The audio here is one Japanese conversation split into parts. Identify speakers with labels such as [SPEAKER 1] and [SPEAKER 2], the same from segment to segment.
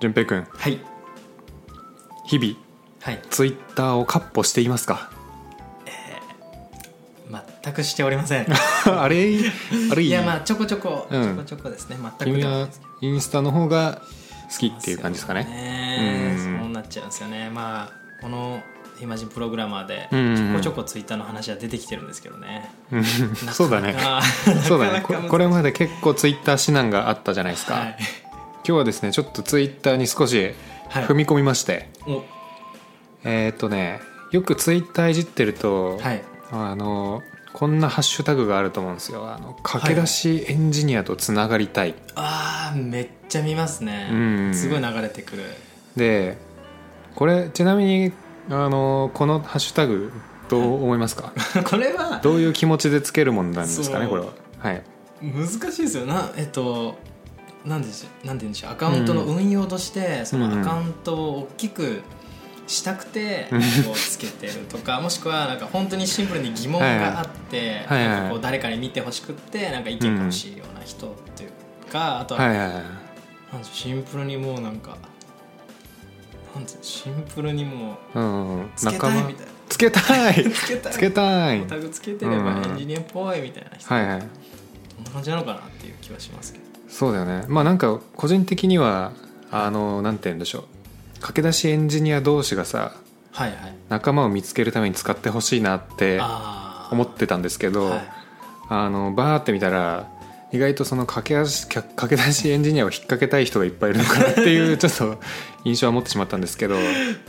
[SPEAKER 1] 淳平君
[SPEAKER 2] はい
[SPEAKER 1] 日々
[SPEAKER 2] はい
[SPEAKER 1] ツイッターをカッポしていますか
[SPEAKER 2] 全くしており ません
[SPEAKER 1] あれあれ
[SPEAKER 2] いやまあちょこちょこ、
[SPEAKER 1] うん
[SPEAKER 2] ちょこちょこですね全く
[SPEAKER 1] 君
[SPEAKER 2] ではない
[SPEAKER 1] は
[SPEAKER 2] ですけど
[SPEAKER 1] インスタの方が好きっていう感じですかね
[SPEAKER 2] ね
[SPEAKER 1] うん
[SPEAKER 2] そうなっちゃうんですよねまあこの「イマジンプログラマーで」
[SPEAKER 1] うん
[SPEAKER 2] ちょこちょこツイッターの話は出てきてるんですけどね
[SPEAKER 1] うん そうだね
[SPEAKER 2] あ
[SPEAKER 1] そうだね
[SPEAKER 2] なか
[SPEAKER 1] こ
[SPEAKER 2] なか難しい
[SPEAKER 1] これまで結構ツイッター指南があったじゃないですか、
[SPEAKER 2] はい、
[SPEAKER 1] 今日はですねちょっとツイッターに少し
[SPEAKER 2] はい
[SPEAKER 1] 踏み込みまして、
[SPEAKER 2] お
[SPEAKER 1] えーっとねよくツイッターいじってると、
[SPEAKER 2] はい
[SPEAKER 1] あのこんなハッシュタグがあると思うんですよあの駆け出しエンジニアとつながりたい、
[SPEAKER 2] あーめっちゃ見ますね、
[SPEAKER 1] うん
[SPEAKER 2] すごい流れてくる
[SPEAKER 1] でこれちなみにあのこのハッシュタグどう思いますか
[SPEAKER 2] これは
[SPEAKER 1] どういう気持ちでつけるもんなんですかね
[SPEAKER 2] そう
[SPEAKER 1] これははい
[SPEAKER 2] 難しいですよなえっとなんでしなんて言うんでしょうアカウントの運用として、そのアカウントを大きくしたくて、
[SPEAKER 1] うん
[SPEAKER 2] こうつけてるとかも しくはなんか本当にシンプルに疑問があって、
[SPEAKER 1] はいはい
[SPEAKER 2] なんかこう誰かに見てほしくってなんか意見が欲しいような人というかあとは、
[SPEAKER 1] はいはいはい
[SPEAKER 2] なんでしょうシンプルにもうなんかなんて言うんでしょうシンプルにもう
[SPEAKER 1] うん
[SPEAKER 2] つけたいみたいな
[SPEAKER 1] つけた い
[SPEAKER 2] つけたい
[SPEAKER 1] つけたい
[SPEAKER 2] タグつけてればエンジニアっぽいみたいな人、
[SPEAKER 1] はいはい
[SPEAKER 2] どんな感じなのかなっていう気はしますけど。
[SPEAKER 1] そうだよねまあなんか個人的にはあのなんて言うんでしょう駆け出しエンジニア同士がさ
[SPEAKER 2] はいはい
[SPEAKER 1] 仲間を見つけるために使ってほしいなって
[SPEAKER 2] あー
[SPEAKER 1] 思ってたんですけど、
[SPEAKER 2] はい
[SPEAKER 1] あのバーって見たら意外とその駆け足か駆け出しエンジニアを引っ掛けたい人がいっぱいいるのかなっていうちょっと印象は持ってしまったんですけど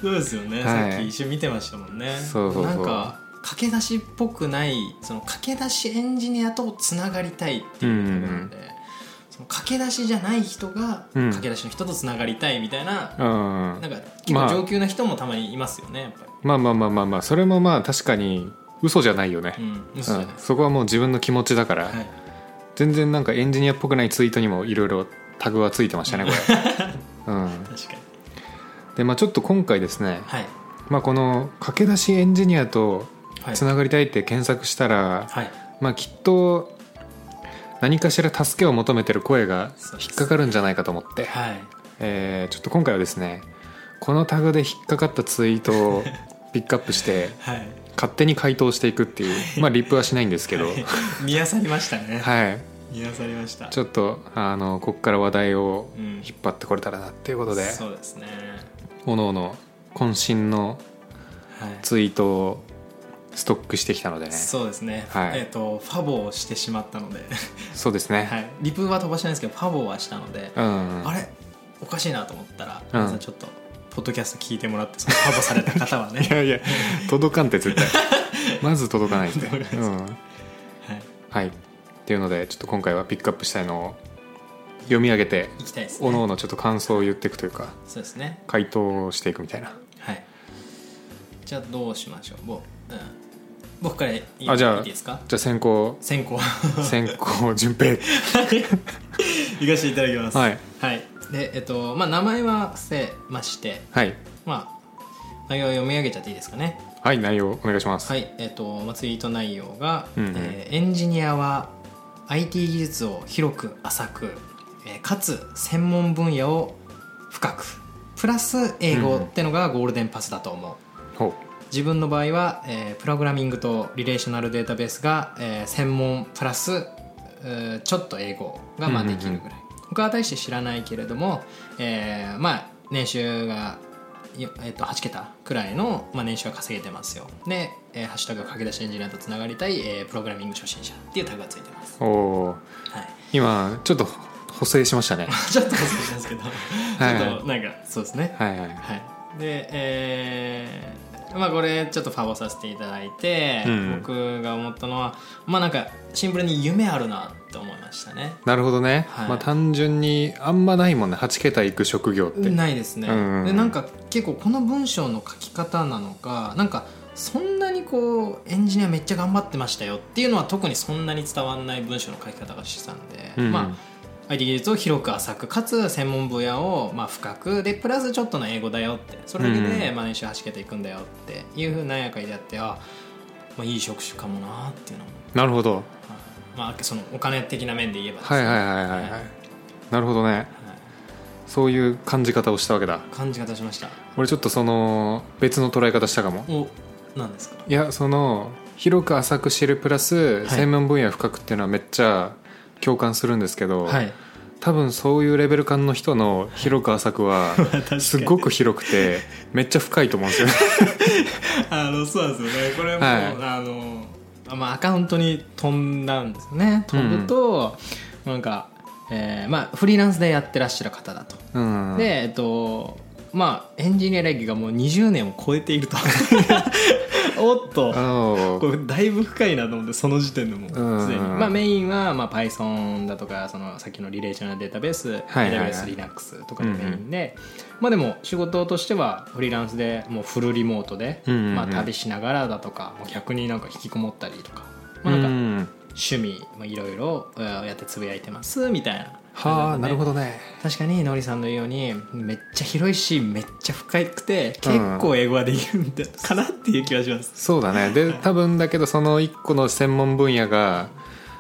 [SPEAKER 2] そうですよね、
[SPEAKER 1] はい
[SPEAKER 2] さっき一緒に見てましたもんね
[SPEAKER 1] そうそうそう
[SPEAKER 2] なんか駆け出しっぽくないその駆け出しエンジニアとつながりたいっていうタグなんで、その駆け出しじゃない人が
[SPEAKER 1] うん
[SPEAKER 2] 駆け出しの人とつながりたいみたいな、
[SPEAKER 1] うんま
[SPEAKER 2] なんか結
[SPEAKER 1] まあ
[SPEAKER 2] 構上級な人もたまにいますよねやっぱ
[SPEAKER 1] あまあまあまあまあそれもまあ確かに嘘じゃないよね
[SPEAKER 2] り、う、ん嘘じゃない
[SPEAKER 1] うん
[SPEAKER 2] です
[SPEAKER 1] そこはもう自分の気持ちだから、
[SPEAKER 2] か、はい、
[SPEAKER 1] 全然なんかエンジニアっぽくないツイートにもいろいろタグはついてましたねこ れ、うん、
[SPEAKER 2] 確かに
[SPEAKER 1] でまあちょっと今回ですね、
[SPEAKER 2] はい
[SPEAKER 1] まあ、この駆け出しエンジニアと
[SPEAKER 2] はい
[SPEAKER 1] つながりたいって検索したら、
[SPEAKER 2] はい
[SPEAKER 1] まあ、きっと何かしら助けを求めてる声が
[SPEAKER 2] そうです
[SPEAKER 1] 引っかかるんじゃないかと思って、
[SPEAKER 2] はい
[SPEAKER 1] えーちょっと今回はですねこのタグで引っかかったツイート をピックアップして
[SPEAKER 2] はい
[SPEAKER 1] 勝手に回答していくって いうまあリップはしないんですけど
[SPEAKER 2] 見漁りましたね、
[SPEAKER 1] はい
[SPEAKER 2] 見漁りました
[SPEAKER 1] ちょっとあのここから話題を
[SPEAKER 2] うん
[SPEAKER 1] 引っ張ってこれたらなっていうことで、
[SPEAKER 2] そうですね
[SPEAKER 1] 各々渾身の
[SPEAKER 2] はい
[SPEAKER 1] ツイートをストックしてきたのでね
[SPEAKER 2] そうですね、
[SPEAKER 1] はい
[SPEAKER 2] えっ、とファボをしてしまった ので、
[SPEAKER 1] そうですね、
[SPEAKER 2] はい、リプは飛ばしてないんですけどファボはしたので、
[SPEAKER 1] うん
[SPEAKER 2] あれおかしいなと思ったら、
[SPEAKER 1] うん
[SPEAKER 2] 皆さんちょっとポッドキャスト聞いてもらってそのファボされた方は ね
[SPEAKER 1] いやいや届かんって絶 対まず届かないって、
[SPEAKER 2] 届か
[SPEAKER 1] うん、
[SPEAKER 2] はい
[SPEAKER 1] はいっていうのでちょっと今回はピックアップしたいのを読み上げて
[SPEAKER 2] 行きたいです
[SPEAKER 1] おの
[SPEAKER 2] ね
[SPEAKER 1] おのちょっと感想を言っていくというか
[SPEAKER 2] そうですね
[SPEAKER 1] 回答をしていくみたいな
[SPEAKER 2] はいじゃあどうしましょうぼ、うん、僕からいい
[SPEAKER 1] あじゃあ
[SPEAKER 2] いいですか
[SPEAKER 1] じゃあ先行
[SPEAKER 2] 先行
[SPEAKER 1] 先行順 平
[SPEAKER 2] 行かせていただきます
[SPEAKER 1] はい、
[SPEAKER 2] はい、でえっとまあ名前は伏せまして
[SPEAKER 1] はい
[SPEAKER 2] まあ内容を読み上げちゃっていいですかね
[SPEAKER 1] はい内容お願いします、
[SPEAKER 2] はい、えっとまあツイート内容が、
[SPEAKER 1] うんうん
[SPEAKER 2] えーエンジニアは IT 技術を広く浅く、えーかつ専門分野を深くプラス英語ってのがゴールデンパスだと思う、
[SPEAKER 1] ほ
[SPEAKER 2] 自分の場合は、えープログラミングとリレーショナルデータベースが、えー専門プラス、えーちょっと英語がまあ
[SPEAKER 1] うんうんうん
[SPEAKER 2] できるぐらい、他は大して知らないけれども、えーまあ年収が、よえっと8桁くらいの、まあ、年収は稼げてますよで、えーハッシュタグ駆け出しエンジニアとつながりたい、えープログラミング初心者っていうタグがついてます、
[SPEAKER 1] うおー
[SPEAKER 2] はい、
[SPEAKER 1] 今ちょっと補正しま したね
[SPEAKER 2] ちょっと忘れたんですけどちょ
[SPEAKER 1] いはい
[SPEAKER 2] っとなんかそうですね
[SPEAKER 1] はいはい
[SPEAKER 2] はい、で、えーまあ、これちょっとファボさせていただいて、
[SPEAKER 1] うん
[SPEAKER 2] 僕が思ったのはまあなんかシンプルに夢あるなって思いましたね
[SPEAKER 1] なるほどね、
[SPEAKER 2] はい
[SPEAKER 1] まあ単純にあんまないもんね8桁いく職業って
[SPEAKER 2] ないですね、
[SPEAKER 1] うん
[SPEAKER 2] でなんか結構この文章の書き方なのかなんかそんなにこうエンジニアめっちゃ頑張ってましたよっていうのは特にそんなに伝わんない文章の書き方がしてたんで、
[SPEAKER 1] うん
[SPEAKER 2] まあ IT 技術を広く浅くかつ専門分野をまあ深くでプラスちょっとの英語だよってそれだけで
[SPEAKER 1] うん
[SPEAKER 2] まあ年収はじけていくんだよっていうふうなやかいであってあ、まあ、いい職種かもなっていうのも、
[SPEAKER 1] なるほど
[SPEAKER 2] まあ、そのお金的な面で言えばです
[SPEAKER 1] はいはいはいはいはいなるほどね
[SPEAKER 2] はい
[SPEAKER 1] そういう感じ方をしたわけだ
[SPEAKER 2] 感じ方しました
[SPEAKER 1] 俺ちょっとその別の捉え方したかも
[SPEAKER 2] お何ですか
[SPEAKER 1] いやその広く浅く知るプラス
[SPEAKER 2] い
[SPEAKER 1] 専門分野深くっていうのはめっちゃ共感するんですけど、
[SPEAKER 2] はい
[SPEAKER 1] 多分そういうレベル感の人の広く浅く は
[SPEAKER 2] に
[SPEAKER 1] すごく広くてめっちゃ深いと思うんですよ ね
[SPEAKER 2] あのそうなんですよねこれも、
[SPEAKER 1] はい
[SPEAKER 2] あのあまあアカウントに飛んだんですよね飛ぶと、なんか、えーまあフリーランスでやってらっしゃる方だと、
[SPEAKER 1] うん
[SPEAKER 2] でえっとまあエンジニア歴がもう20年を超え ているとおっと
[SPEAKER 1] あの
[SPEAKER 2] これだいぶ深いなと思ってその時点でもうすで
[SPEAKER 1] うん
[SPEAKER 2] に、まあ、メインはまあ Python だとかそのさっきのリレーショナルデータベース、
[SPEAKER 1] はいはいはい
[SPEAKER 2] AWSLinux とかがメインで、まあ、でも仕事としてはフリーランスでもうフルリモートで、
[SPEAKER 1] うんうんうん
[SPEAKER 2] まあ、旅しながらだとかもう逆になんか引きこもったりとか,、
[SPEAKER 1] う
[SPEAKER 2] まあ、なんか
[SPEAKER 1] ん
[SPEAKER 2] 趣味もいろいろえーやってつぶやいてますみたいな。
[SPEAKER 1] はあなるほ
[SPEAKER 2] ど
[SPEAKER 1] どね
[SPEAKER 2] 確かにのりさんの言うようにめっちゃ広いしめっちゃ深くて結構英語はできるんだ、かなっていう気がします。
[SPEAKER 1] そうだねで多分だけどその一個の専門分野が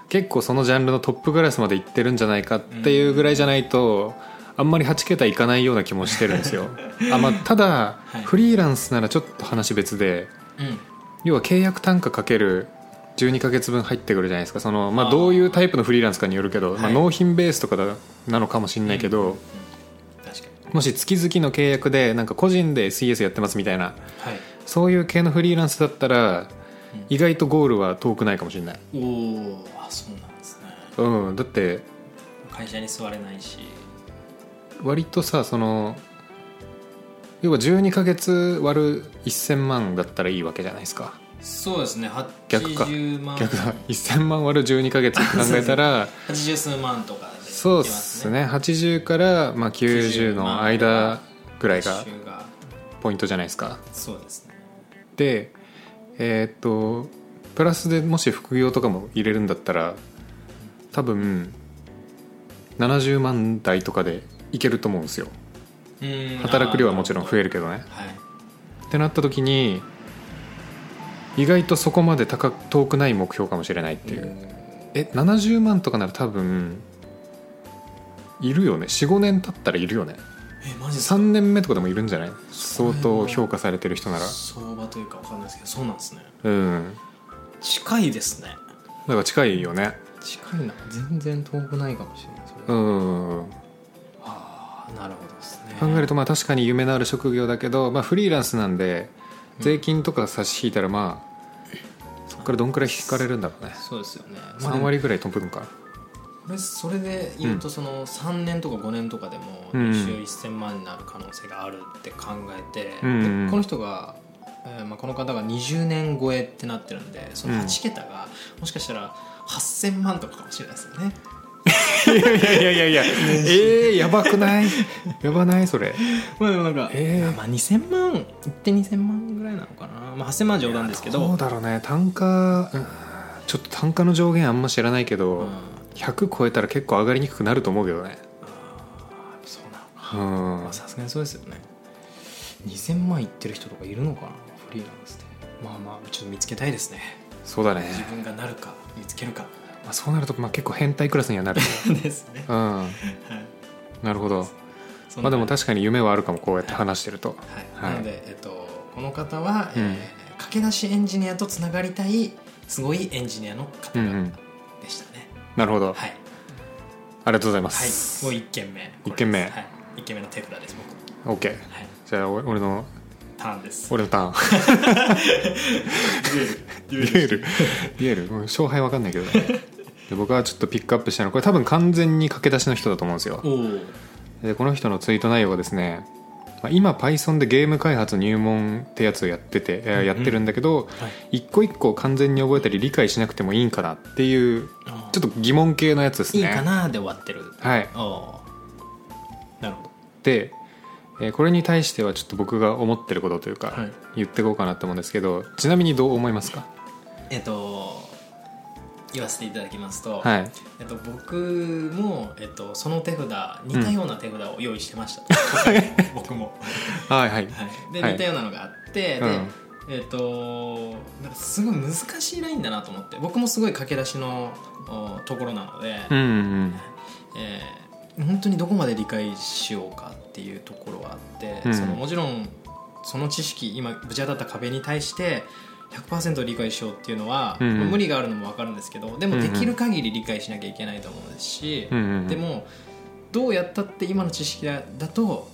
[SPEAKER 1] 結構そのジャンルのトップクラスまで行ってるんじゃないかっていうぐらいじゃないとあんまり8桁いかないような気もしてるん ですよあ、まあ、ただ
[SPEAKER 2] はい
[SPEAKER 1] フリーランスならちょっと話別で
[SPEAKER 2] うん
[SPEAKER 1] 要は契約単価かける12ヶ月分入ってくるじゃないですかその、ま
[SPEAKER 2] あ
[SPEAKER 1] あ、
[SPEAKER 2] ー
[SPEAKER 1] どういうタイプのフリーランスかによるけど、ま
[SPEAKER 2] は
[SPEAKER 1] あ、
[SPEAKER 2] い
[SPEAKER 1] 納品ベースとかだなのかもしれないけど、
[SPEAKER 2] 確かに
[SPEAKER 1] もし月々の契約でなんか個人で CS やってますみたいな
[SPEAKER 2] はい
[SPEAKER 1] そういう系のフリーランスだったら意外とゴールは遠くないかもしれない、
[SPEAKER 2] おおあそうなんですね
[SPEAKER 1] うん、だって
[SPEAKER 2] 会社に座れないし
[SPEAKER 1] 割とさその要は12ヶ月割る1000万だったらいいわけじゃないですか
[SPEAKER 2] そうですね
[SPEAKER 1] 逆か
[SPEAKER 2] 80万
[SPEAKER 1] 逆だ1000万割る12ヶ月って考えたら
[SPEAKER 2] 80数万とかで
[SPEAKER 1] そう
[SPEAKER 2] い
[SPEAKER 1] っ
[SPEAKER 2] けます
[SPEAKER 1] ね80からまあ90の間ぐらいが
[SPEAKER 2] 収が
[SPEAKER 1] ポイントじゃないですか
[SPEAKER 2] そうですね
[SPEAKER 1] でえーっとプラスでもし副業とかも入れるんだったら多分70万台とかでいけると思うんですよ
[SPEAKER 2] うん
[SPEAKER 1] 働く量はもちろん増え
[SPEAKER 2] る
[SPEAKER 1] るけどね
[SPEAKER 2] はい
[SPEAKER 1] ってなった時に意外とそこまで高く遠くない目標かもしれないっていう、え70万とかなら多分いるよね45年経ったらいるよね
[SPEAKER 2] えマジです
[SPEAKER 1] 3
[SPEAKER 2] か
[SPEAKER 1] 年目とかでもいるんじゃない
[SPEAKER 2] それ
[SPEAKER 1] 相
[SPEAKER 2] は
[SPEAKER 1] 当評価されてる人なら
[SPEAKER 2] 相場というかわかんないですけどそうなんですね
[SPEAKER 1] うん
[SPEAKER 2] 近いですね
[SPEAKER 1] だから近いよね
[SPEAKER 2] 近いな全然遠くないかもしれないそれ
[SPEAKER 1] うんうんうん
[SPEAKER 2] ああなるほどですね
[SPEAKER 1] 考えるとまあ確かに夢のある職業だけど、まあ、フリーランスなんで税金とか差し引いたらまあそこからどんくらい引かれるんだろうね
[SPEAKER 2] そうですよねまあで
[SPEAKER 1] 3
[SPEAKER 2] も
[SPEAKER 1] 割ぐらい飛ぶのか
[SPEAKER 2] これそれで言うとその3年とか5年とかでも
[SPEAKER 1] うん
[SPEAKER 2] 年収1000万になる可能性があるって考えて、
[SPEAKER 1] うん
[SPEAKER 2] でこの人が、えーまあ、この方が20年超えってなってるんでその
[SPEAKER 1] うん
[SPEAKER 2] 8桁がもしかしたら8000万とかかもしれないですよね。
[SPEAKER 1] いやいやいやいや えー、やばくないやばないそれ
[SPEAKER 2] まあでもなんか、
[SPEAKER 1] えー
[SPEAKER 2] まあ、2000万いって2000万ぐらいなのかな、まあ、8000万は冗談ですけど
[SPEAKER 1] どうだろうね単価うんちょっと単価の上限あんま知らないけど、
[SPEAKER 2] うん
[SPEAKER 1] 100超えたら結構上がりにくくなると思うけどね
[SPEAKER 2] そうなのか
[SPEAKER 1] うん
[SPEAKER 2] まあさすがにそうですよね2000万いってる人とかいるのかなフリーランスでまあまあちょっと見つけたいですね
[SPEAKER 1] そうだね、
[SPEAKER 2] 自分がなるか見つけるか
[SPEAKER 1] まあ、そうなるとまあ結構変態クラスにはなる
[SPEAKER 2] ですね
[SPEAKER 1] うん
[SPEAKER 2] はい
[SPEAKER 1] なるほど
[SPEAKER 2] そん
[SPEAKER 1] まあで
[SPEAKER 2] な
[SPEAKER 1] も確かに夢はあるかもこうやって話してると
[SPEAKER 2] は
[SPEAKER 1] は
[SPEAKER 2] い、
[SPEAKER 1] い
[SPEAKER 2] なので、えっと、この方は、
[SPEAKER 1] うん
[SPEAKER 2] えー駆け出しエンジニアとつながりたいすごいエンジニアの方
[SPEAKER 1] うんう
[SPEAKER 2] 々
[SPEAKER 1] ん
[SPEAKER 2] でしたね、
[SPEAKER 1] なるほど、
[SPEAKER 2] はい、
[SPEAKER 1] ありがとうございま
[SPEAKER 2] はい、
[SPEAKER 1] す、
[SPEAKER 2] もう1件目
[SPEAKER 1] 一件目
[SPEAKER 2] これですはい、1件目の手札です僕、
[SPEAKER 1] OK
[SPEAKER 2] はい、
[SPEAKER 1] じゃあお俺の
[SPEAKER 2] ターンです
[SPEAKER 1] 俺の ターンデュエルデュエルうん勝敗わかん ないけどねで僕はちょっとピックアップしたのはこれ多分完全に駆け出しの人だと思うんですよ
[SPEAKER 2] おお
[SPEAKER 1] でこの人のツイート内容がですねまあ今 Python でゲーム開発入門ってやつをやってて、えー
[SPEAKER 2] うんうん
[SPEAKER 1] やってるんだけど、
[SPEAKER 2] はい
[SPEAKER 1] 一個一個完全に覚えたり理解しなくてもいいんかなっていう
[SPEAKER 2] ちょ
[SPEAKER 1] ちょっと疑問系のやつです
[SPEAKER 2] い
[SPEAKER 1] ね
[SPEAKER 2] いかなで終わってる
[SPEAKER 1] はい
[SPEAKER 2] おおーなるほど
[SPEAKER 1] で、えーこれに対してはちょっと僕が思ってることというか、
[SPEAKER 2] はい
[SPEAKER 1] 言っていこうかなと思うんですけどちなみにどう思いますか
[SPEAKER 2] えっと言わせていただきますと、
[SPEAKER 1] はい
[SPEAKER 2] えっと、僕も、えっと、その手札似たような手札を用意してま した、僕も、
[SPEAKER 1] はいはい
[SPEAKER 2] はい、で、
[SPEAKER 1] はい
[SPEAKER 2] 似たようなのがあってで、
[SPEAKER 1] うん
[SPEAKER 2] えっとなんかすごい難しいラインだなと思って僕もすごい駆け出しのおところなので、
[SPEAKER 1] うんうん
[SPEAKER 2] えー本当にどこまで理解しようかっていうところはあって、
[SPEAKER 1] うん
[SPEAKER 2] そのもちろんその知識今ぶち当たった壁に対して100%理解しようっていうのは、
[SPEAKER 1] うんうん
[SPEAKER 2] 無理があるのも分かるんですけどで
[SPEAKER 1] う
[SPEAKER 2] も
[SPEAKER 1] んう
[SPEAKER 2] で
[SPEAKER 1] ん
[SPEAKER 2] きる限り理解しなきゃいけないと思うし、
[SPEAKER 1] うんうんうん
[SPEAKER 2] でもどうやったって今の知識だだと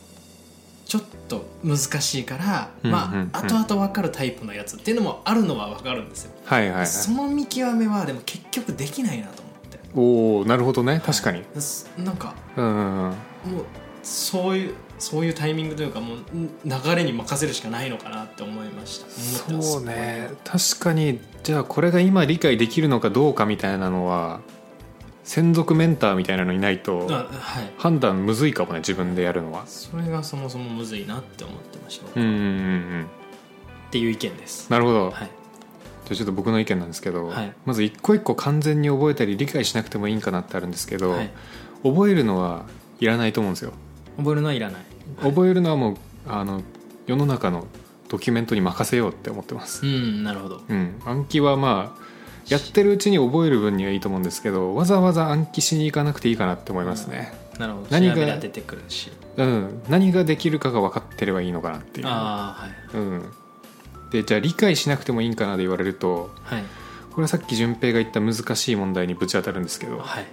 [SPEAKER 2] ちょっと難しいから、
[SPEAKER 1] うんうんうん
[SPEAKER 2] まあ後々分かるタイプのやつっていうのもあるのは分かるんですよ。
[SPEAKER 1] はいはいはい
[SPEAKER 2] その見極めはでも結局できないなと思って
[SPEAKER 1] おおなるほどね確かに、
[SPEAKER 2] ですなんか
[SPEAKER 1] うんうんうん
[SPEAKER 2] もうそういうそういうタイミングというかもうん流れに任せるしかないのかなって思いました思ってます
[SPEAKER 1] そうね確かにじゃあこれが今理解できるのかどうかみたいなのは専属メンターみたいなのいないと
[SPEAKER 2] あはい
[SPEAKER 1] 判断むずいかもね自分でやるのは
[SPEAKER 2] それがそもそもむずいなって思ってました、
[SPEAKER 1] うん
[SPEAKER 2] っ
[SPEAKER 1] うんうんうん
[SPEAKER 2] ていう意見です
[SPEAKER 1] なるほど、
[SPEAKER 2] はい
[SPEAKER 1] じゃあちょっと僕の意見なんですけど、
[SPEAKER 2] はい
[SPEAKER 1] まず一個一個完全に覚えたり理解しなくてもいいんかなってあるんですけど、
[SPEAKER 2] はい
[SPEAKER 1] 覚えるのはいらないと思うんですよ
[SPEAKER 2] 覚えるのはいらない
[SPEAKER 1] 覚えるのはもうあの世の中のドキュメントに任せようって思ってます
[SPEAKER 2] うんなるほど
[SPEAKER 1] うん、暗記はまあやってるうちに覚える分にはいいと思うんですけどわざわざ暗記しに行かなくていいかなって思いますね、
[SPEAKER 2] なるほど
[SPEAKER 1] 何が
[SPEAKER 2] 調べが出てくるし
[SPEAKER 1] うん何ができるかが分かってればいいのかなっていう、
[SPEAKER 2] あ
[SPEAKER 1] うん、でじゃあ理解しなくてもいいんかなで言われると
[SPEAKER 2] あはいはい
[SPEAKER 1] これはさっき順平が言った難しい問題にぶち当たるんですけど
[SPEAKER 2] はい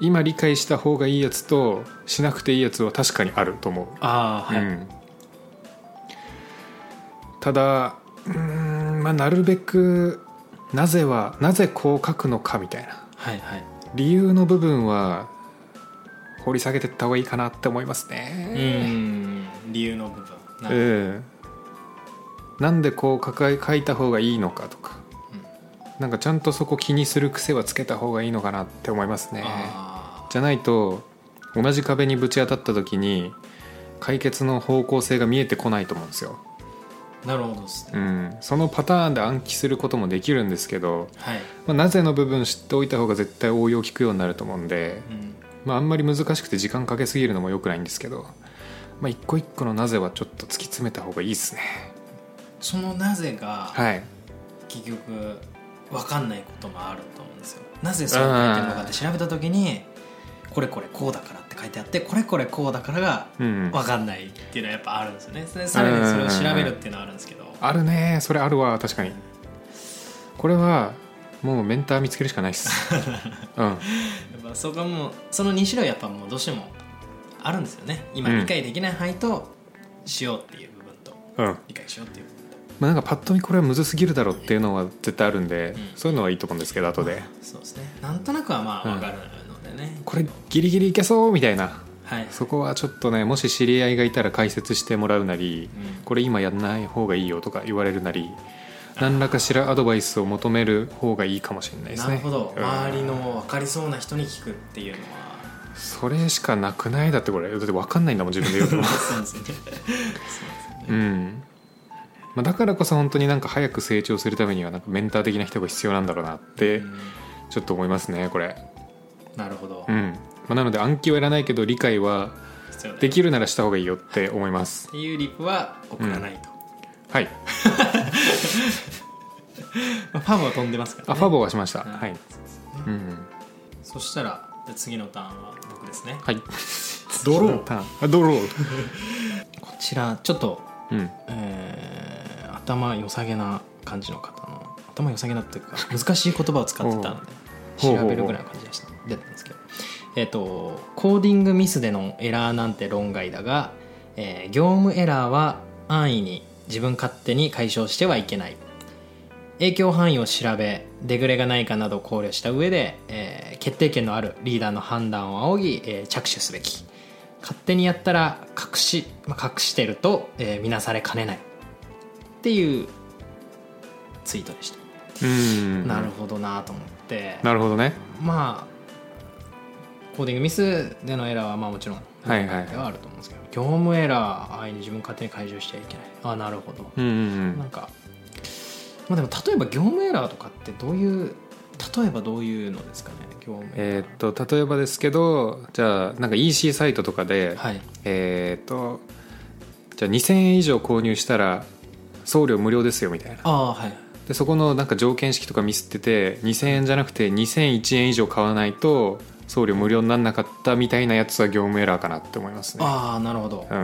[SPEAKER 1] 今理解した方がいいやつとしなくていいやつは確かにあると思う
[SPEAKER 2] ああはい、
[SPEAKER 1] うん、ただうーん、まあ、なるべくなぜはなぜこう書くのかみたいな
[SPEAKER 2] はいはい
[SPEAKER 1] 理由の部分は掘り下げてった方がいいかなって思います
[SPEAKER 2] う
[SPEAKER 1] ね。
[SPEAKER 2] ん理由の部分なる
[SPEAKER 1] ええなんでこう書か書いた方がいいのかとか、なんかちゃんとそこ気にする癖はつけた方がいいのかなって思います
[SPEAKER 2] ほ
[SPEAKER 1] ね
[SPEAKER 2] ど。あ
[SPEAKER 1] じゃないと同じ壁にぶち当たった時に解決の方向性が見えてこないと思うんですよ。
[SPEAKER 2] あなるほどですね、
[SPEAKER 1] うん、そのパターンで暗記することもできるんですけど、
[SPEAKER 2] はい、
[SPEAKER 1] まあ、なぜの部分知っておいた方が絶対応用効くようになると思うんで、
[SPEAKER 2] うん、
[SPEAKER 1] まあ、あんまり難しくて時間かけすぎるのも良くないんですけど、まあ、一個一個のなぜはちょっと突き詰めた方がいいですね
[SPEAKER 2] そのなぜが、
[SPEAKER 1] はい
[SPEAKER 2] 結局分かんないこともあると思うんですよなぜそう書いてるのかって調べた時にこれこれこうだからって書いてあってこれこれこうだからが
[SPEAKER 1] うん
[SPEAKER 2] 分かんないっていうのはやっぱあるんですよねでさらにそれを調べるっていうのはあるんですけど
[SPEAKER 1] あるねそれあるわ確かにこれはもうメンター見つけるしかないっ すうん
[SPEAKER 2] やっぱそこはもうその2種類やっぱもうどうしてもあるんですよね今
[SPEAKER 1] うん
[SPEAKER 2] 理解できない範囲としようっていう部分と
[SPEAKER 1] うんま
[SPEAKER 2] 理解しようっていう部分と
[SPEAKER 1] あ、なんかパッと見これはむずすぎるだろうっていうのは絶対あるんで、
[SPEAKER 2] うん
[SPEAKER 1] そういうのはいいと思うんですけど後で
[SPEAKER 2] そうですねなんとなくはまあ
[SPEAKER 1] うん
[SPEAKER 2] 分かるのでね、
[SPEAKER 1] これギリギリいけそうみたいな
[SPEAKER 2] はい、
[SPEAKER 1] そこはちょっとねもし知り合いがいたら解説してもらうなり
[SPEAKER 2] うん
[SPEAKER 1] これ今やんない方がいいよとか言われるなり何らかしらアドバイスを求める方がいいかもしれないです
[SPEAKER 2] な
[SPEAKER 1] ね
[SPEAKER 2] るほど、
[SPEAKER 1] うん
[SPEAKER 2] 周りの分かりそうな人に聞くっていうのは
[SPEAKER 1] それしかなくないだってこれだって分かんないんだもん自分で言うと
[SPEAKER 2] そうですね。
[SPEAKER 1] うん、まあ、だからこそ本当になんか早く成長するためにはなんかメンター的な人が必要なんだろうなって
[SPEAKER 2] うん
[SPEAKER 1] ちょっと思いますねこれ
[SPEAKER 2] なるほど。
[SPEAKER 1] うん、まあ、なので暗記はいらないけど理解は
[SPEAKER 2] 必要だよ
[SPEAKER 1] できるならした方がいいよって思います
[SPEAKER 2] っていうリプは送らないと。
[SPEAKER 1] はい
[SPEAKER 2] まあファブは飛んでますから、ね。
[SPEAKER 1] あファボはしました
[SPEAKER 2] うん
[SPEAKER 1] はい、
[SPEAKER 2] そうですよね
[SPEAKER 1] うん
[SPEAKER 2] そしたらじゃあ次のターンは僕ですね。
[SPEAKER 1] はい。
[SPEAKER 2] ドロー
[SPEAKER 1] ー。あ、ドロー。
[SPEAKER 2] こちらちょっと、
[SPEAKER 1] うん。
[SPEAKER 2] えー頭良さげな感じの方の頭良さげなっていうか難しい言葉を使ってたので
[SPEAKER 1] ほう
[SPEAKER 2] 調べるぐらいの感じでした。だったんですけど。えっ、とコーディングミスでのエラーなんて論外だが、えー業務エラーは安易に自分勝手に解消してはいけない影響範囲を調べデグレがないかなどを考慮した上で、えー決定権のあるリーダーの判断を仰ぎ、えー着手すべき勝手にやったら隠し、まあ、隠してると、えー見なされかねないっていうツイートでした、
[SPEAKER 1] うん。
[SPEAKER 2] なるほどなと思って
[SPEAKER 1] なるほどね。
[SPEAKER 2] まあコーディングミスでのエラーはまあもちろん
[SPEAKER 1] はいはい
[SPEAKER 2] ではあると思うんですけど、業務エラーああいう自分勝手に解除しちゃいけないああなるほど、
[SPEAKER 1] うんうん
[SPEAKER 2] なんかまあでも例えば業務エラーとかってどういう例えばどういうのですかね業務エラ
[SPEAKER 1] え
[SPEAKER 2] ー、
[SPEAKER 1] ーっと例えばですけどじゃあなんか EC サイトとかで、
[SPEAKER 2] はい
[SPEAKER 1] えーっとじゃあ2,000円以上購入したら送料無料ですよみたいな
[SPEAKER 2] ああはい
[SPEAKER 1] でそこのなんか条件式とかミスってて2,000円じゃなくて2,001円以上買わないと送料無料になんなかったみたいなやつは業務エラーかなって思いますね
[SPEAKER 2] ああなるほど
[SPEAKER 1] うん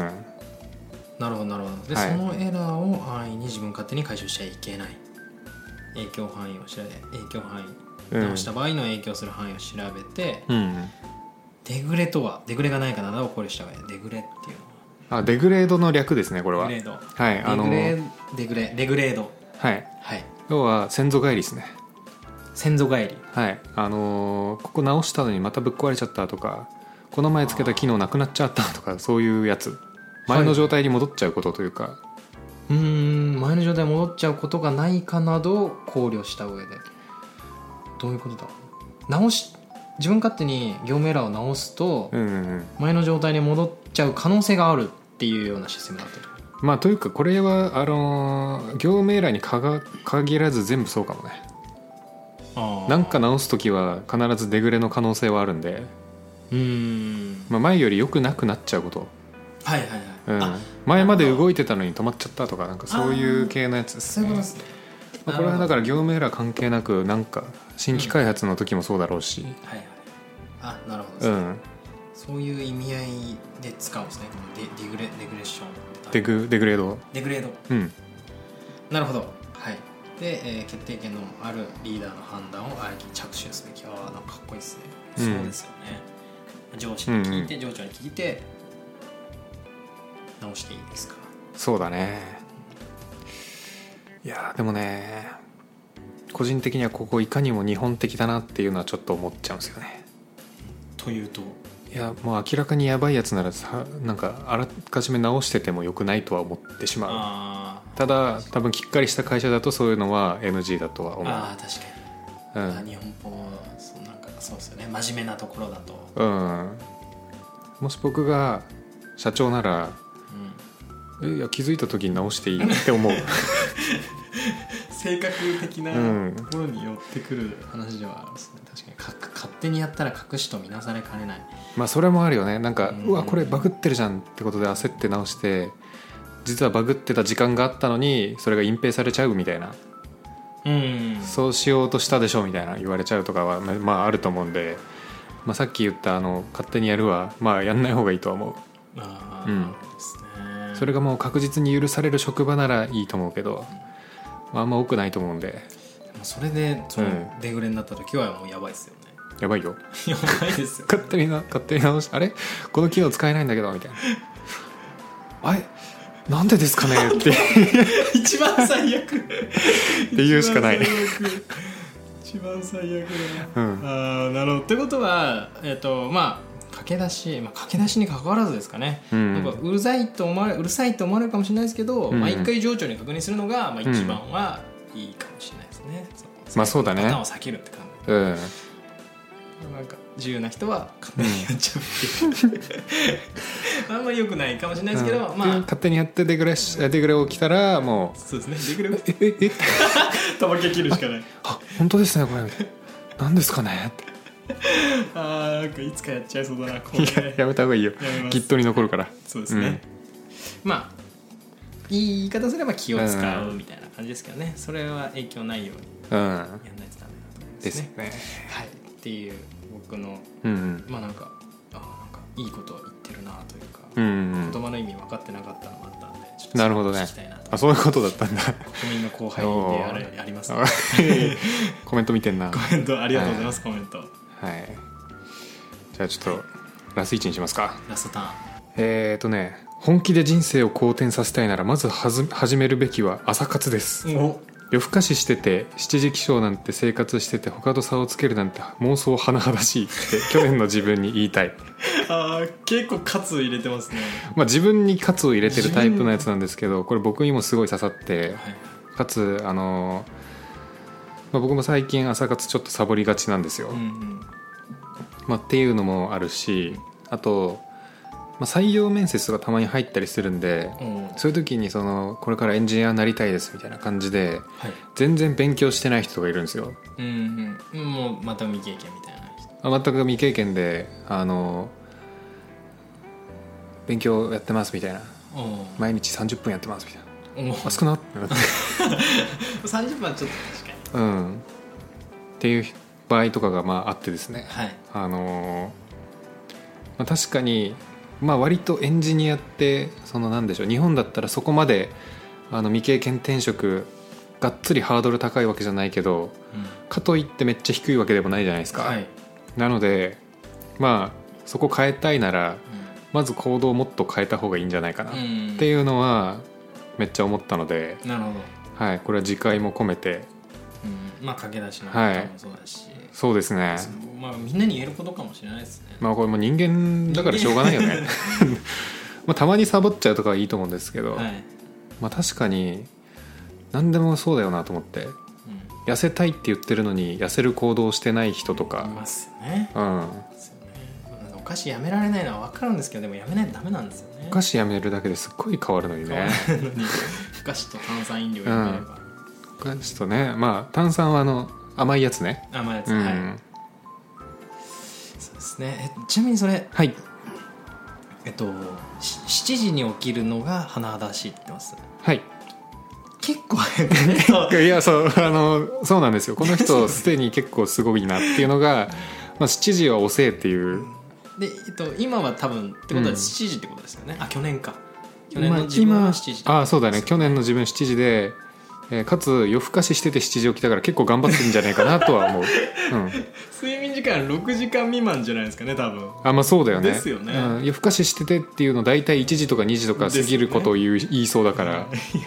[SPEAKER 2] なるほどなるほどで、
[SPEAKER 1] はい
[SPEAKER 2] そのエラーを安易に自分勝手に解消しちゃいけない影響範囲を調べ影響範囲
[SPEAKER 1] うん
[SPEAKER 2] 直した場合の影響する範囲を調べて、
[SPEAKER 1] うん
[SPEAKER 2] デグレとはデグレがないかなどを考慮した場合デグレっていう
[SPEAKER 1] あデグレードの略ですねこれ
[SPEAKER 2] のは
[SPEAKER 1] は
[SPEAKER 2] デグレード
[SPEAKER 1] はいあの
[SPEAKER 2] デグレデグレデグレード
[SPEAKER 1] はい
[SPEAKER 2] はい
[SPEAKER 1] 要は先祖返りですね
[SPEAKER 2] 先祖返り
[SPEAKER 1] はいあのーここ直したのにまたぶっ壊れちゃったとかこの前つけた機能なくなっちゃったとかそういうやつ前の状態に戻っちゃうことというか、
[SPEAKER 2] うーん前の状態に戻っちゃうことがないかなどを考慮した上でどういうことだ直し自分勝手に業務エラーを直すと
[SPEAKER 1] うんうんうん
[SPEAKER 2] 前の状態に戻っちゃう可能性があるっていうようなシステムになってる
[SPEAKER 1] まあというかこれはあのー業務エラーにかが限らず全部そうかもね
[SPEAKER 2] あ
[SPEAKER 1] なんか直す時は必ずデグレの可能性はあるんで、
[SPEAKER 2] うーん
[SPEAKER 1] まあ、前より良くなくなっちゃうこと、
[SPEAKER 2] はいはいはい、
[SPEAKER 1] うん
[SPEAKER 2] あ、
[SPEAKER 1] 前まで動いてたのに止まっちゃったとかなんかそういう系のやつです
[SPEAKER 2] そうい
[SPEAKER 1] ね
[SPEAKER 2] うことですね、
[SPEAKER 1] まあ、これはだ
[SPEAKER 2] か
[SPEAKER 1] から業務エラー関係なくなんか新規開発の時もそうだろうし、
[SPEAKER 2] らはいはいあなるほどです
[SPEAKER 1] う
[SPEAKER 2] ね、
[SPEAKER 1] ん、
[SPEAKER 2] そういう意味合いで使うんですねこのデデグレデグレッションっ
[SPEAKER 1] デ
[SPEAKER 2] て
[SPEAKER 1] グデグレード
[SPEAKER 2] デグレード
[SPEAKER 1] うん
[SPEAKER 2] なるほどはいで、えー決定権のあるリーダーの判断をあえて着手すべきはなんかかっこいいですね、
[SPEAKER 1] うん
[SPEAKER 2] そうですよね上司に聞いて、上長に聞いて直していいですか
[SPEAKER 1] そうだねいやーでもね個人的にはここいかにも日本的だなっていうのはちょっと思っちゃうんですよね
[SPEAKER 2] というと
[SPEAKER 1] いやもう明らかにやばいやつならさなんかあらかじめ直しててもよくないとは思ってしまう
[SPEAKER 2] あー
[SPEAKER 1] ただ多分きっかりした会社だとそういうのは NG だとは思
[SPEAKER 2] あー確かに
[SPEAKER 1] う
[SPEAKER 2] あ日本語そうなんかそうですよね真面目なところだと、
[SPEAKER 1] うん、うん、もし僕が社長なら
[SPEAKER 2] うん、
[SPEAKER 1] えいや気づいた時に直していいって思う
[SPEAKER 2] 性格的な
[SPEAKER 1] うん
[SPEAKER 2] ところに寄ってくる話ではあるですね確かにかく勝手にやったら隠しと見なされかねない
[SPEAKER 1] まあそれもあるよねなんか
[SPEAKER 2] うん
[SPEAKER 1] うわこれバグってるじゃんってことで焦って直して実はバグってた時間があったのにそれが隠蔽されちゃうみたいな
[SPEAKER 2] うん
[SPEAKER 1] そうしようとしたでしょみたいな言われちゃうとかはままああると思うんで、まあ、さっき言ったあの勝手にやるはまあやんない方がいいとは思う
[SPEAKER 2] ああ、
[SPEAKER 1] うん
[SPEAKER 2] ですね
[SPEAKER 1] それがもう確実に許される職場ならいいと思うけど、まあ、あんま多くないと思うんで
[SPEAKER 2] でもそれでそうのデグレになった時はもうやばいですよ ね
[SPEAKER 1] やばいよ
[SPEAKER 2] やばいですよ
[SPEAKER 1] 勝手にな勝手に直しあれこの機能使えないんだけどみた いなあれなんでですかねって
[SPEAKER 2] 一番最悪って
[SPEAKER 1] 言うしかない
[SPEAKER 2] 一番最悪だな
[SPEAKER 1] うん
[SPEAKER 2] あーなるほどってことはえっ、とまあ駆け出し、まあ、駆け出しに関わらずですかね、
[SPEAKER 1] うん
[SPEAKER 2] なんかうるさいと思われうるさいと思われるかもしれないですけど、
[SPEAKER 1] うん
[SPEAKER 2] まあ、一回情緒に確認するのが、まあ、
[SPEAKER 1] うん
[SPEAKER 2] 一番はいいかもしれないですね、
[SPEAKER 1] まあそうだね
[SPEAKER 2] パターンを避けるって感
[SPEAKER 1] うん
[SPEAKER 2] じなんか自由な人は勝手にやっちゃうっていう、あんまりよくないかもしれないですけど、
[SPEAKER 1] うん
[SPEAKER 2] まあ
[SPEAKER 1] 勝手にやってデグレしデグレを来たらも
[SPEAKER 2] そうですねでき
[SPEAKER 1] う
[SPEAKER 2] る
[SPEAKER 1] えええ
[SPEAKER 2] とばけ切るしかない
[SPEAKER 1] あ本当ですねこれみたいななんですかねって
[SPEAKER 2] あーなんかいつかやっちゃいそうだなこれね
[SPEAKER 1] やめた方がいいよ
[SPEAKER 2] やめます
[SPEAKER 1] きっとに残るから
[SPEAKER 2] そうですね、まあいい言い方すれば気を使うみたいな感じですけどね、それは影響ないように
[SPEAKER 1] うん
[SPEAKER 2] やんないとダメだと思います
[SPEAKER 1] で
[SPEAKER 2] ね
[SPEAKER 1] すね
[SPEAKER 2] はいっていう僕の
[SPEAKER 1] うん
[SPEAKER 2] まあなんかあなんかいいことを言ってるなというか、
[SPEAKER 1] うんうん
[SPEAKER 2] 言葉の意味分かってなかったのもあったんでちょっと
[SPEAKER 1] なるほどね
[SPEAKER 2] 聞きたいなと
[SPEAKER 1] あそういうことだったん だ
[SPEAKER 2] 国民の後輩であれありますね、
[SPEAKER 1] コメント見てんな
[SPEAKER 2] コ
[SPEAKER 1] は
[SPEAKER 2] メントありがとうございますコメント
[SPEAKER 1] いじゃあちょっとラス1にしますか
[SPEAKER 2] ラストターン
[SPEAKER 1] えーとね本気で人生を好転させたいならまずはず始めるべきは朝活です
[SPEAKER 2] お
[SPEAKER 1] 夜更かししてて七時起床なんて生活してて他と差をつけるなんて妄想甚だ しいって去年の自分に言いたい
[SPEAKER 2] あー結構カツ入れてますね
[SPEAKER 1] まあ、自分にカツを入れてるタイプのやつなんですけどこれ僕にもすごい刺さって
[SPEAKER 2] はい
[SPEAKER 1] かつあの、まあ、僕も最近朝活ちょっとサボりがちなんですよ、
[SPEAKER 2] うん
[SPEAKER 1] まあ、っていうのもあるしあと、まあ、採用面接とかたまに入ったりするんで
[SPEAKER 2] うんお
[SPEAKER 1] そういう時にそのこれからエンジニアになりたいですみたいな感じで
[SPEAKER 2] はい
[SPEAKER 1] 全然勉強してない人がいるんですよ
[SPEAKER 2] うんうんもうまた未経験みたいな人
[SPEAKER 1] あ全く未経験であの勉強やってますみたいな
[SPEAKER 2] おー
[SPEAKER 1] 毎日30分やってますみたいな
[SPEAKER 2] お
[SPEAKER 1] あ
[SPEAKER 2] ー
[SPEAKER 1] 少なってなって
[SPEAKER 2] 30分はちょっと確か
[SPEAKER 1] う
[SPEAKER 2] に
[SPEAKER 1] ん、っていう場合とかがまああってですね、
[SPEAKER 2] はい
[SPEAKER 1] あのーまあ、確かに、まあ、割とエンジニアってそのなんでしょう日本だったらそこまであの未経験転職がっつりハードル高いわけじゃないけど
[SPEAKER 2] うん
[SPEAKER 1] かといってめっちゃ低いわけでもないじゃないですか、
[SPEAKER 2] はい
[SPEAKER 1] なのでまあそこ変えたいならまず行動をもっと変えた方がいいんじゃないかな、
[SPEAKER 2] う
[SPEAKER 1] っ
[SPEAKER 2] ん
[SPEAKER 1] ていうのはめっちゃ思ったので、
[SPEAKER 2] なるほど、
[SPEAKER 1] はい、これは次回も込めて
[SPEAKER 2] うん、まあ駆け出しの
[SPEAKER 1] はい
[SPEAKER 2] 方もそうだし、
[SPEAKER 1] そうですね
[SPEAKER 2] そのまあみんなに言えることかもしれないですね
[SPEAKER 1] まあこれも人間だからしょうがないよね まあたまにサボっちゃうとかはいいと思うんですけど、
[SPEAKER 2] はい、
[SPEAKER 1] まあ確かに何でもそうだよなと思って
[SPEAKER 2] うん、
[SPEAKER 1] 痩せたいって言ってるのに痩せる行動をしてない人と
[SPEAKER 2] い
[SPEAKER 1] か、
[SPEAKER 2] ますよね
[SPEAKER 1] うん、
[SPEAKER 2] いますよねまあお菓子やめられないのは分かるんですけどでもやめないとダメなんですよね
[SPEAKER 1] お菓子やめるだけですっごい変わるのにね
[SPEAKER 2] 変わらないのにお菓子と炭酸飲料やめれば、
[SPEAKER 1] お菓子とねまあ炭酸はあの甘いやつね
[SPEAKER 2] 甘いや
[SPEAKER 1] う
[SPEAKER 2] つ、
[SPEAKER 1] ん、
[SPEAKER 2] はいそうですねえちなみにそれ
[SPEAKER 1] はい
[SPEAKER 2] えっとし7時に起きるのが甚だしいって言ってます
[SPEAKER 1] はい
[SPEAKER 2] 結構早くねそう
[SPEAKER 1] いやそうあのそうなんですよこの 人すでに結構すごいなっていうのが、まあ、7時は遅えっていう、
[SPEAKER 2] で、えっと、今は多分ってこ
[SPEAKER 1] う
[SPEAKER 2] と
[SPEAKER 1] ん
[SPEAKER 2] は7時ってことですよね、あ去年か去年
[SPEAKER 1] まあ
[SPEAKER 2] の自分は
[SPEAKER 1] 今
[SPEAKER 2] 7時ってこと
[SPEAKER 1] あそうだね去年の自分7時で、えーかつ夜更かししてて7時起きたから結構頑張ってるんじゃないかなとは 思う、うん、
[SPEAKER 2] 睡眠時間6時間未満じゃないですかね多分
[SPEAKER 1] あまあそうだよね
[SPEAKER 2] ですよね
[SPEAKER 1] うん、夜更かししててっていうの大体1時とか2時とか過ぎることを言う、言いそうだから、
[SPEAKER 2] い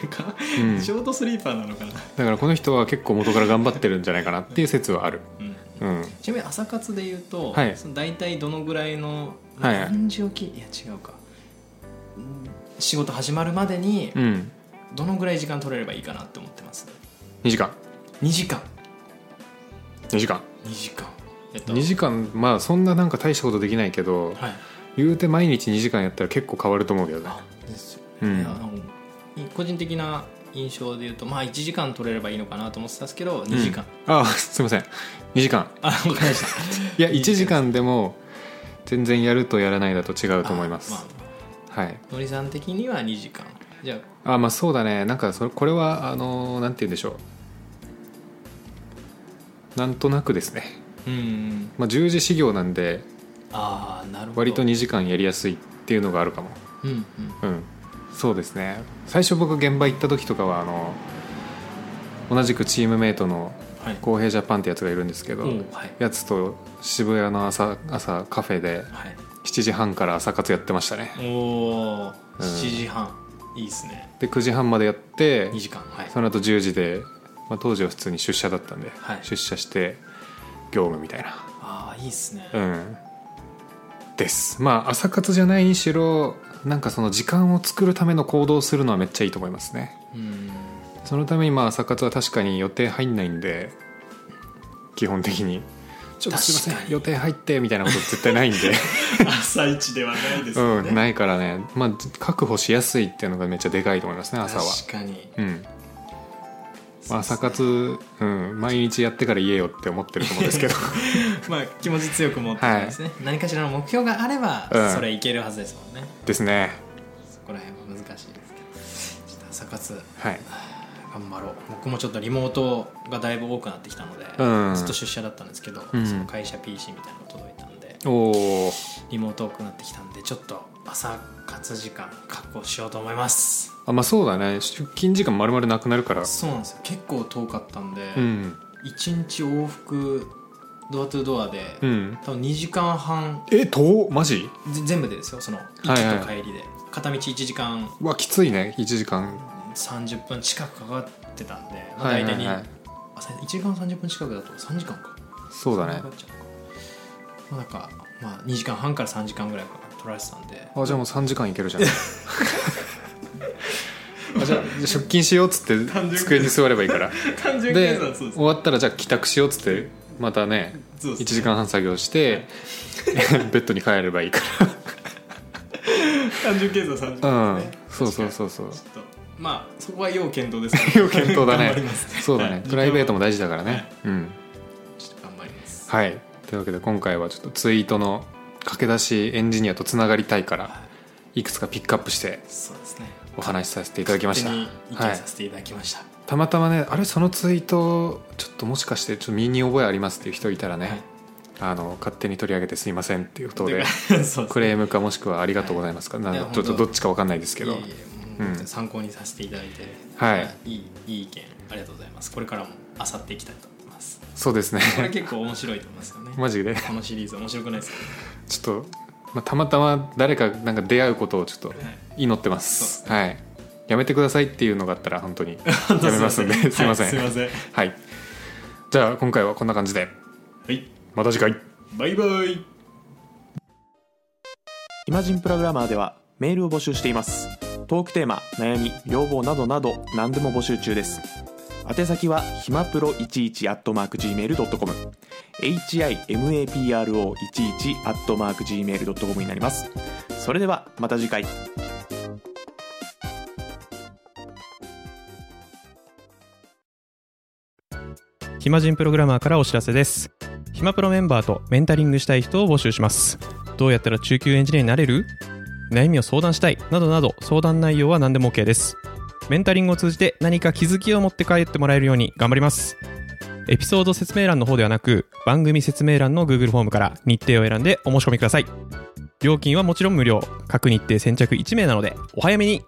[SPEAKER 2] うか、
[SPEAKER 1] うん
[SPEAKER 2] ショートスリーパーなのかな、
[SPEAKER 1] だからこの人は結構元から頑張ってるんじゃないかなっていう説はある、
[SPEAKER 2] うん
[SPEAKER 1] うん、
[SPEAKER 2] ちなみに朝活で言うと、
[SPEAKER 1] はい
[SPEAKER 2] その大体どのぐらいの
[SPEAKER 1] はい
[SPEAKER 2] 何時起きいや違うかうん仕事始まるまでに
[SPEAKER 1] うん、
[SPEAKER 2] どのぐらい時間取れればいいかなって思ってます
[SPEAKER 1] 2時間
[SPEAKER 2] 2時間
[SPEAKER 1] 2時間
[SPEAKER 2] 2時間えっと
[SPEAKER 1] 2時間まあそんななんか大したことできないけど
[SPEAKER 2] はい
[SPEAKER 1] 言うて毎日2時間やったら結構変わると思うけどね
[SPEAKER 2] あですよね、
[SPEAKER 1] うん
[SPEAKER 2] いやあのい個人的な印象で言うとまあ1時間取れればいいのかなと思ってたんですけど2時間、
[SPEAKER 1] うんあすいません2時間
[SPEAKER 2] あわかりました
[SPEAKER 1] いや1時間でも全然やるとやらないだと違うと思います、
[SPEAKER 2] あま
[SPEAKER 1] はい
[SPEAKER 2] あ、のりさん的には2時間じゃ
[SPEAKER 1] あまあそうだねなんかそれこれはあのなんて言うんでしょうなんとなくですね、
[SPEAKER 2] あうん
[SPEAKER 1] まあ、10時始業なんで
[SPEAKER 2] ああなるほど
[SPEAKER 1] 割と2時間やりやすいっていうのがあるかも
[SPEAKER 2] うんうん
[SPEAKER 1] うんそうですね最初僕現場行った時とかはあの同じくチームメイトの
[SPEAKER 2] はい
[SPEAKER 1] 浩平ジャパンってやつがいるんですけど、
[SPEAKER 2] おうはい
[SPEAKER 1] やつと渋谷の朝朝カフェで
[SPEAKER 2] はい
[SPEAKER 1] 7時半から朝活やってましたね
[SPEAKER 2] おお、
[SPEAKER 1] うん
[SPEAKER 2] 7時半いいですね
[SPEAKER 1] で9時半までやって
[SPEAKER 2] 2時間はい
[SPEAKER 1] その後10時で、まあ、当時は普通に出社だったんで、
[SPEAKER 2] はい
[SPEAKER 1] 出社して業務みたいな
[SPEAKER 2] ああいいですね、
[SPEAKER 1] うんですまあ朝活じゃないにしろなんかその時間を作るための行動をするのはめっちゃいいと思いますね
[SPEAKER 2] うん
[SPEAKER 1] そのためにまあ朝活は確かに予定入んないんで基本的にちょっとすいませ
[SPEAKER 2] 確か
[SPEAKER 1] ん
[SPEAKER 2] に
[SPEAKER 1] 予定入ってみたいなこと絶対 ないんで
[SPEAKER 2] 朝一ではないですよ
[SPEAKER 1] う
[SPEAKER 2] ね、
[SPEAKER 1] んないからねまあ確保しやすいっていうのがめっちゃでかいと思いますね朝は
[SPEAKER 2] 確かに
[SPEAKER 1] うんまあ朝活、うん、毎日やってから言えよって思ってると思うんです けど
[SPEAKER 2] まあ気持ち強く持ってたんですね、何かしらの目標があれば、
[SPEAKER 1] うん
[SPEAKER 2] それいけるはずですもんね
[SPEAKER 1] ですね
[SPEAKER 2] そこら辺は難しいですけどちょっと朝活
[SPEAKER 1] はい
[SPEAKER 2] 頑張ろう僕もちょっとリモートがだいぶ多くなってきたので、
[SPEAKER 1] うん
[SPEAKER 2] ずっと出社だったんですけど、
[SPEAKER 1] うん
[SPEAKER 2] その会社 PC みたいなの届いたんで
[SPEAKER 1] おお
[SPEAKER 2] リモート多くなってきたんでちょっと朝活時間確保しようと思います
[SPEAKER 1] あまあそうだね出勤時間丸々なくなるから
[SPEAKER 2] そうなんですよ結構遠かったんで、
[SPEAKER 1] うん
[SPEAKER 2] 一1日往復ドアトゥドアで、
[SPEAKER 1] うん
[SPEAKER 2] 多分2時間半
[SPEAKER 1] え遠っマジ
[SPEAKER 2] ぜ全部でですよその行
[SPEAKER 1] はい
[SPEAKER 2] き
[SPEAKER 1] はい
[SPEAKER 2] と帰りで、片道1時間
[SPEAKER 1] うわきついね1時間
[SPEAKER 2] 30分近くかかってたんで、まあ
[SPEAKER 1] はい
[SPEAKER 2] 大
[SPEAKER 1] は
[SPEAKER 2] 体に、
[SPEAKER 1] いはい
[SPEAKER 2] あさ1時間30分近くだと3時間か
[SPEAKER 1] そうだね
[SPEAKER 2] かかっちゃうかまあなんか、まあ、2時間半から3時間ぐらいかか取られてたんで
[SPEAKER 1] あじゃあもう3時間いけるじゃんあじゃあ出勤しようっつっ
[SPEAKER 2] 単純
[SPEAKER 1] て
[SPEAKER 2] 計算
[SPEAKER 1] 机に座ればいいから
[SPEAKER 2] 単純
[SPEAKER 1] で終わったらじゃあ帰宅しようっつってまたね
[SPEAKER 2] そう
[SPEAKER 1] 1時間半作業して ベッドに帰ればいいか
[SPEAKER 2] 単純計算30
[SPEAKER 1] らうんそうそうそうそう
[SPEAKER 2] ちょっとまあそこは要検討ですけ
[SPEAKER 1] 要検討だね
[SPEAKER 2] 頑張ります
[SPEAKER 1] そうだね、
[SPEAKER 2] はい
[SPEAKER 1] プライベートも大事だからね、
[SPEAKER 2] はい
[SPEAKER 1] うん
[SPEAKER 2] ちょっと頑張ります
[SPEAKER 1] はいというわけで今回はちょっとツイートの駆け出しエンジニアとつながりたいから
[SPEAKER 2] はい
[SPEAKER 1] くつかピックアップして
[SPEAKER 2] そうですね
[SPEAKER 1] お話しさせていただきました
[SPEAKER 2] 勝手に意
[SPEAKER 1] は
[SPEAKER 2] 見
[SPEAKER 1] い
[SPEAKER 2] させていただきました、
[SPEAKER 1] たまたまねあれそのツイートちょっともしかしてちょっと身に覚えありますっていう人いたらね、
[SPEAKER 3] はい
[SPEAKER 1] あの勝手に取り上げてすいませんっていうことで
[SPEAKER 3] そう
[SPEAKER 1] クレームかもしくはありがとうございますか、
[SPEAKER 3] い
[SPEAKER 1] な
[SPEAKER 3] や
[SPEAKER 1] ちょっと
[SPEAKER 3] 本当
[SPEAKER 1] どっちかわかんないですけど
[SPEAKER 3] いえいえ
[SPEAKER 1] うん
[SPEAKER 3] もう参考にさせていただいて、
[SPEAKER 1] はい
[SPEAKER 3] いいいい意見ありがとうございますこれからもあさっていきたいと思い ます
[SPEAKER 1] そうですね
[SPEAKER 3] これ結構面白いと思いますよね
[SPEAKER 1] マジで
[SPEAKER 3] このシリーズ面白くないですか、
[SPEAKER 1] ちょっと、まあ、たまたま誰かなんか出会うことをちょっと
[SPEAKER 3] はい
[SPEAKER 1] 祈ってます、はいやめてくださいっていうのがあったら 本当にやめますんですいません
[SPEAKER 3] はい、すいません
[SPEAKER 1] はいじゃあ今回はこんな感じで
[SPEAKER 3] はい
[SPEAKER 1] また次回
[SPEAKER 3] バイバイ
[SPEAKER 4] イマジンプログラマーではメールを募集していますトークテーマ悩み要望などなど何でも募集中です宛先はひまプロ11アットマーク Gmail.com himapro11 アットマーク Gmail.com になりますそれではまた次回
[SPEAKER 2] 暇人プログラマーからお知らせです暇プロメンバーとメンタリングしたい人を募集しますどうやったら中級エンジニアになれる悩みを相談したいなどなど相談内容は何でも OK ですメンタリングを通じて何か気づきを持って帰ってもらえるように頑張りますエピソード説明欄の方ではなく番組説明欄の Google フォームから日程を選んでお申し込みください料金はもちろん無料各日程先着1名なのでお早めに